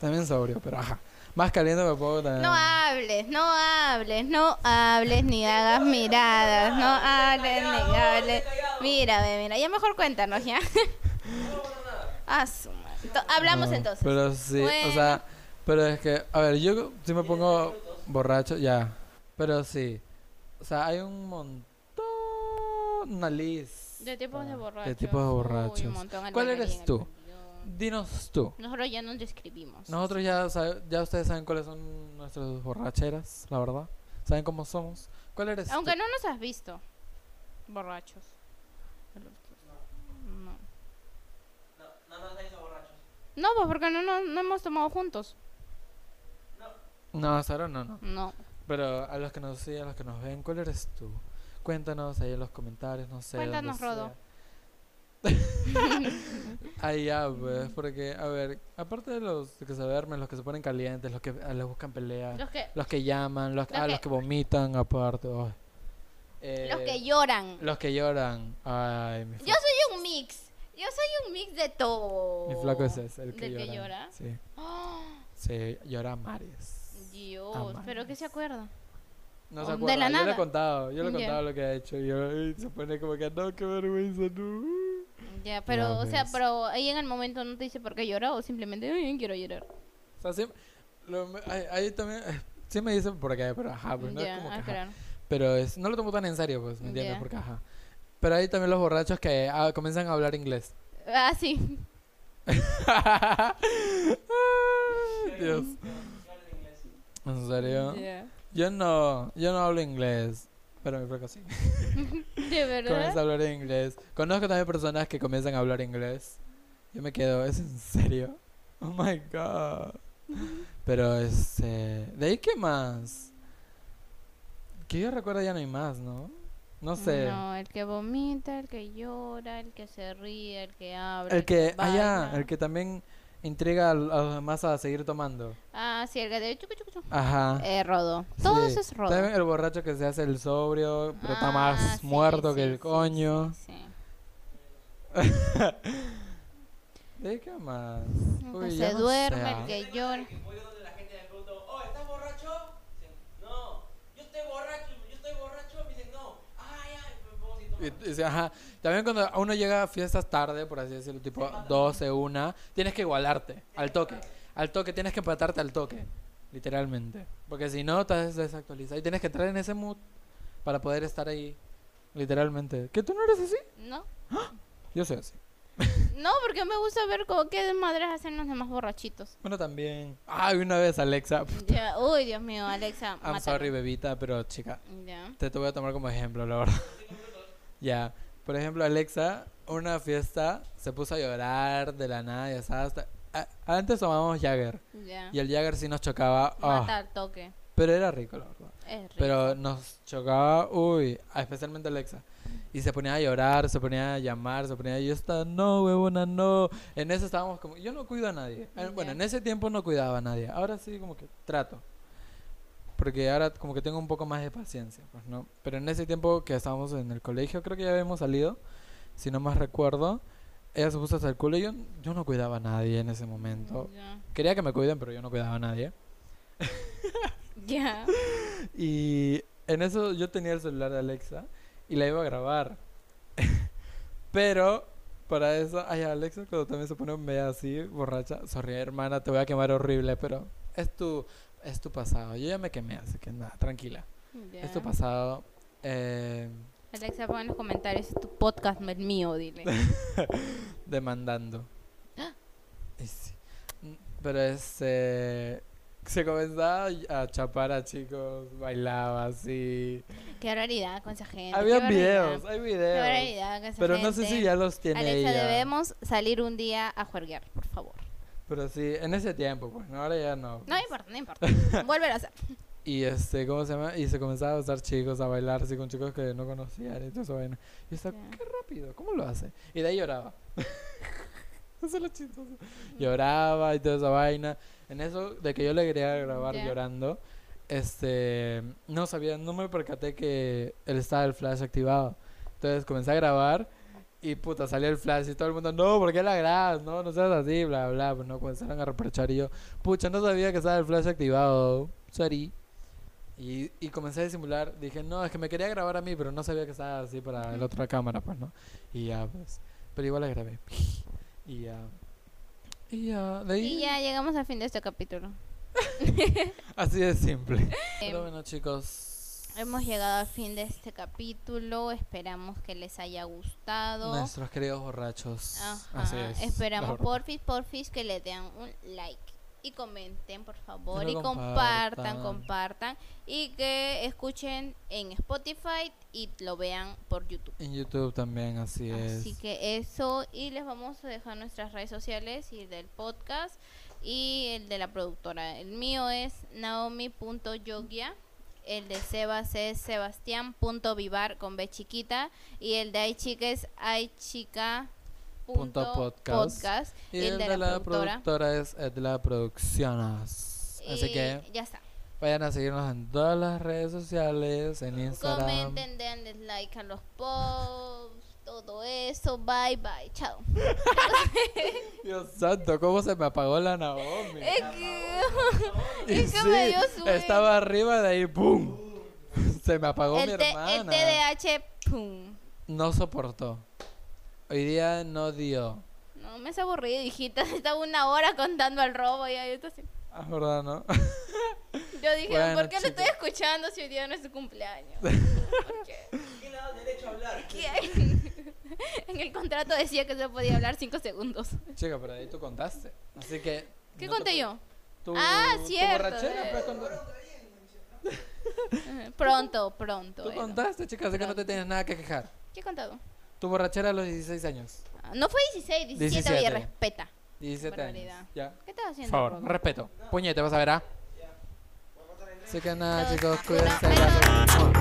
Speaker 1: También sobrio, pero ajá. Más caliente me puedo también.
Speaker 2: No ah, hables, no hables, no hables, ni hagas miradas, no hables, ni hables. Mírame, mira, ya mejor cuéntanos, ¿ya? Ah, su madre. To- Hablamos
Speaker 1: No,
Speaker 2: entonces.
Speaker 1: Pero sí,
Speaker 2: Bueno.
Speaker 1: o sea, pero es que, a ver, yo si me pongo borracho, ya. Pero sí, o sea, hay un montón, una lista.
Speaker 2: De tipos de borrachos.
Speaker 1: De tipos de borrachos.
Speaker 2: Uy, un montón,
Speaker 1: ¿Cuál
Speaker 2: Alberto
Speaker 1: eres
Speaker 2: Guillén,
Speaker 1: tú?
Speaker 2: Dios.
Speaker 1: Dinos tú.
Speaker 2: Nosotros ya nos describimos.
Speaker 1: Nosotros ya, sabe- ya ustedes saben cuáles son nuestras borracheras, la verdad. Saben cómo somos. ¿Cuál eres
Speaker 2: Aunque
Speaker 1: tú?
Speaker 2: no nos has visto. Borrachos. No.
Speaker 3: No, no, no, no me ha visto borracho.
Speaker 2: No, pues porque no, no, no hemos tomado juntos.
Speaker 1: No, Saro, no, no.
Speaker 2: No.
Speaker 1: Pero a los que nos siguen, a los que nos ven, ¿cuál eres tú? Cuéntanos ahí en los comentarios, no sé. donde
Speaker 2: Cuéntanos, Rodo.
Speaker 1: sea. Ay, ya, pues,
Speaker 2: Mm.
Speaker 1: porque, a ver, aparte de los que se duermen, los que se ponen calientes, los que ah, les buscan pelea,
Speaker 2: Los que,
Speaker 1: los que llaman, los,
Speaker 2: Los
Speaker 1: ah,
Speaker 2: que-
Speaker 1: los que vomitan, aparte. ay. Eh,
Speaker 2: los que lloran.
Speaker 1: los que lloran. Ay, mi
Speaker 2: Yo soy un mix. Yo soy un mix de todo.
Speaker 1: Mi flaco es ese, el que
Speaker 2: ¿Del
Speaker 1: llora.
Speaker 2: que llora?
Speaker 1: Sí.
Speaker 2: ¡Ah!
Speaker 1: Sí, llora a mares.
Speaker 2: Dios,
Speaker 1: Amar.
Speaker 2: pero que se acuerda.
Speaker 1: No se
Speaker 2: De
Speaker 1: acuerda.
Speaker 2: la
Speaker 1: Yo le he
Speaker 2: nada.
Speaker 1: contado, yo le he
Speaker 2: Ya.
Speaker 1: contado lo que ha hecho. Y yo, ay, se pone como que, no, qué vergüenza, no. pues.
Speaker 2: Ya, pero,
Speaker 1: Ya
Speaker 2: o sea,
Speaker 1: ves.
Speaker 2: pero ahí en el momento no te dice por qué llora o simplemente, "Ay, quiero llorar.
Speaker 1: O sea, sí, lo- ahí, ahí también, eh, sí me dicen por qué, pero ajá, pues no
Speaker 2: ya,
Speaker 1: es como que,
Speaker 2: ah,
Speaker 1: ajá.
Speaker 2: claro.
Speaker 1: Pero es, no lo tomo tan en serio, pues, ¿me entiendes?
Speaker 2: Ya.
Speaker 1: Porque ajá. Pero hay también los borrachos que ah, comienzan a hablar inglés.
Speaker 2: Ah, sí.
Speaker 1: Ay, Dios.
Speaker 3: Yo hablo en inglés.
Speaker 1: ¿En serio?
Speaker 2: Ya.
Speaker 1: Yo no, yo no hablo inglés, pero mi flaco sí.
Speaker 2: De
Speaker 1: Comienza
Speaker 2: verdad.
Speaker 1: a hablar inglés. Conozco también personas que comienzan a hablar inglés. Yo me quedo, ¿es en serio? Oh my god. Pero este. ¿De ahí qué más? Que yo recuerdo ya no hay más, ¿no? No sé.
Speaker 2: No, el que vomita, el que llora, el que se ríe, el que habla.
Speaker 1: el que. Ah, ya,
Speaker 2: baila.
Speaker 1: El que también intriga al- a los demás a seguir tomando.
Speaker 2: Ah, sí, el que de chucu, chucu, chucu.
Speaker 1: Ajá.
Speaker 2: Eh, rodo. Todo
Speaker 1: Ah. Sí.
Speaker 2: eso es rodo.
Speaker 1: También el borracho que se hace el sobrio, pero está
Speaker 2: Ah,
Speaker 1: más
Speaker 2: sí,
Speaker 1: muerto
Speaker 2: sí,
Speaker 1: que el
Speaker 2: sí,
Speaker 1: coño.
Speaker 2: sí, sí.
Speaker 1: ¿De ahí qué más?
Speaker 2: El que
Speaker 1: Uy, ya
Speaker 2: se
Speaker 1: no
Speaker 2: duerme,
Speaker 1: sé,
Speaker 2: el
Speaker 1: ah.
Speaker 2: que llora.
Speaker 3: Y voy donde la gente me pregunta, oh, ¿estás borracho? Dicen, no. Yo estoy borracho, yo estoy borracho. Me dicen, no. Ay, ay, me pongo así
Speaker 1: Y-
Speaker 3: tomando.
Speaker 1: y sí, ajá. También cuando uno llega a fiestas tarde, por así decirlo, tipo 12, 1, tienes que igualarte al toque. Al toque, tienes que empatarte al toque, literalmente. Porque si no, estás desactualizado. Y tienes que entrar en ese mood para poder estar ahí, literalmente. ¿Que tú no eres así?
Speaker 2: ¿No?
Speaker 1: Yo soy así.
Speaker 2: No, porque me gusta ver cómo, qué desmadres hacen los demás borrachitos.
Speaker 1: Bueno, también. Ay, una vez, Alexa.
Speaker 2: Ya, uy, Dios mío, Alexa,
Speaker 1: I'm
Speaker 2: mátalo.
Speaker 1: sorry, bebita, pero chica,
Speaker 2: Ya.
Speaker 1: te, te voy a tomar como ejemplo, la verdad. Ya, por ejemplo, Alexa, una fiesta, se puso a llorar de la nada, ya sabes. hasta- a- Antes tomábamos Jagger
Speaker 2: Ya.
Speaker 1: y el Jagger sí nos chocaba, ah,
Speaker 2: Mata al toque.
Speaker 1: pero era rico, la verdad.
Speaker 2: Es rico.
Speaker 1: Pero nos chocaba, uy, ah, especialmente Alexa. Y se ponía a llorar, se ponía a llamar, se ponía... Y yo estaba, no, huevona, no. En eso estábamos como... Yo no cuido a nadie. Eh, Bueno,
Speaker 2: Ya.
Speaker 1: en ese tiempo no cuidaba a nadie. Ahora sí como que trato. Porque ahora como que tengo un poco más de paciencia, pues, ¿no? Pero en ese tiempo que estábamos en el colegio, creo que ya habíamos salido, si no más recuerdo. Ella se puso hasta el culo y yo, yo no cuidaba a nadie en ese momento.
Speaker 2: Ya.
Speaker 1: Quería que me cuiden, pero yo no cuidaba a nadie.
Speaker 2: Ya.
Speaker 1: Y en eso yo tenía el celular de Alexa y la iba a grabar. Pero para eso, ay, Alexa cuando también se pone media así, borracha, sorry hermana, te voy a quemar horrible, pero es tu, es tu pasado. Yo ya me quemé, así que nada, tranquila.
Speaker 2: ya.
Speaker 1: Es tu pasado. eh,
Speaker 2: Alexa, pon en los comentarios, es tu podcast, no el mío, dile.
Speaker 1: demandando.
Speaker 2: ¡Ah!
Speaker 1: Y sí. N- Pero este... Se comenzaba a chapar a chicos, bailaba así.
Speaker 2: Qué raridad con esa gente.
Speaker 1: Había
Speaker 2: qué barbaridad.
Speaker 1: videos, hay
Speaker 2: Qué
Speaker 1: videos.
Speaker 2: barbaridad con esa
Speaker 1: Pero no sé
Speaker 2: gente.
Speaker 1: si ya los tiene
Speaker 2: Alexa,
Speaker 1: ella.
Speaker 2: debemos salir un día a juerguear, por favor.
Speaker 1: Pero sí, en ese tiempo, pues, ¿no? ahora ya no.
Speaker 2: No importa, no importa. Vuelve a hacer.
Speaker 1: Y este, ¿cómo se llama? Y se comenzaba a usar chicos, a bailar así con chicos que no conocían y todo eso. vaina. Y está
Speaker 2: Ya.
Speaker 1: rápido, ¿cómo lo hace? Y de ahí lloraba. eso es lo chistoso. Lloraba y toda esa vaina. En eso de que yo le quería grabar
Speaker 2: Ya.
Speaker 1: llorando, este, no sabía, no me percaté que él estaba el flash activado. Entonces comencé a grabar y puta, salió el flash y todo el mundo, no, ¿por qué la grabas? No, no seas así, bla, bla. Pues no, comenzaron a reprochar y yo, pucha, no sabía que estaba el flash activado, sorry. Y, y comencé a disimular, dije, no, es que me quería grabar a mí, pero no sabía que estaba así para la otra cámara, pues, ¿no? Y ya, pues, pero igual la grabé. Y ya. Y ya, de ahí.
Speaker 2: Y ya llegamos al fin de este capítulo.
Speaker 1: Así de simple.
Speaker 2: Em,
Speaker 1: Pero bueno, chicos.
Speaker 2: Hemos llegado al fin de este capítulo. Esperamos que les haya gustado.
Speaker 1: Nuestros queridos borrachos.
Speaker 2: Ajá.
Speaker 1: Así es.
Speaker 2: Esperamos
Speaker 1: Por-
Speaker 2: porfis, porfis que le den un like y comenten, por favor,
Speaker 1: lo
Speaker 2: y compartan,
Speaker 1: compartan.
Speaker 2: compartan y que escuchen en Spotify y lo vean por YouTube.
Speaker 1: En YouTube también, así es.
Speaker 2: Así que eso y les vamos a dejar nuestras redes sociales y el del podcast y el de la productora. El mío es naomi.yogia. El de Sebas es sebastián.vivar con B chiquita. Y el de hay chiques hay chica punto
Speaker 1: Punto podcast.
Speaker 2: podcast.
Speaker 1: y el de, la productora, es el de la producciones. Así
Speaker 2: Y
Speaker 1: que
Speaker 2: ya está.
Speaker 1: vayan a seguirnos en todas las redes sociales, en Instagram.
Speaker 2: Comenten, den like a los posts, todo eso. Bye bye, chao.
Speaker 1: Dios santo, cómo se me apagó la Naomi.
Speaker 2: Es que-
Speaker 1: Y
Speaker 2: es que me dio sueño.
Speaker 1: estaba arriba de ahí, ¡pum! Se me apagó Oh, mi
Speaker 2: el, T-
Speaker 1: hermana.
Speaker 2: el TDAH, pum.
Speaker 1: No soportó. Hoy día no dio.
Speaker 2: No, me has aburrido, hijita. Estaba una hora contando al robo y ahí está así.
Speaker 1: Ah, ¿verdad, no?
Speaker 2: Yo dije,
Speaker 1: Bueno,
Speaker 2: ¿por qué lo estoy
Speaker 1: chicos.
Speaker 2: escuchando si hoy día no es su cumpleaños? ¿Por qué?
Speaker 3: ¿Quién le ha dado derecho a hablar?
Speaker 2: ¿Qué hay? en el contrato decía que se podía hablar cinco segundos.
Speaker 1: Chica, pero ahí tú contaste. Así que.
Speaker 2: ¿Qué
Speaker 1: no te
Speaker 2: conté
Speaker 1: puedo-
Speaker 2: yo?
Speaker 1: Tu-
Speaker 2: Ah,
Speaker 1: tu
Speaker 2: cierto,
Speaker 1: borrachera,
Speaker 2: eh.
Speaker 1: pues, cuando-
Speaker 2: Ajá, Pronto, pronto.
Speaker 1: Tú
Speaker 2: era.
Speaker 1: contaste, chica, así que no te tienes nada que quejar.
Speaker 2: ¿Qué he contado?
Speaker 1: Tu borrachera a los 16 años.
Speaker 2: Ah, No fue 16, 17, oye,
Speaker 1: 17.
Speaker 2: respeta.
Speaker 1: 17
Speaker 2: Barbaridad.
Speaker 1: años. Ya.
Speaker 2: ¿Qué estás
Speaker 1: Por
Speaker 2: haciendo?
Speaker 1: favor, respeto. Puñete, vas a ver, ¿ah? Así que nada,
Speaker 2: Los
Speaker 1: chicos,
Speaker 2: abuelos.
Speaker 1: cuídense. gracias.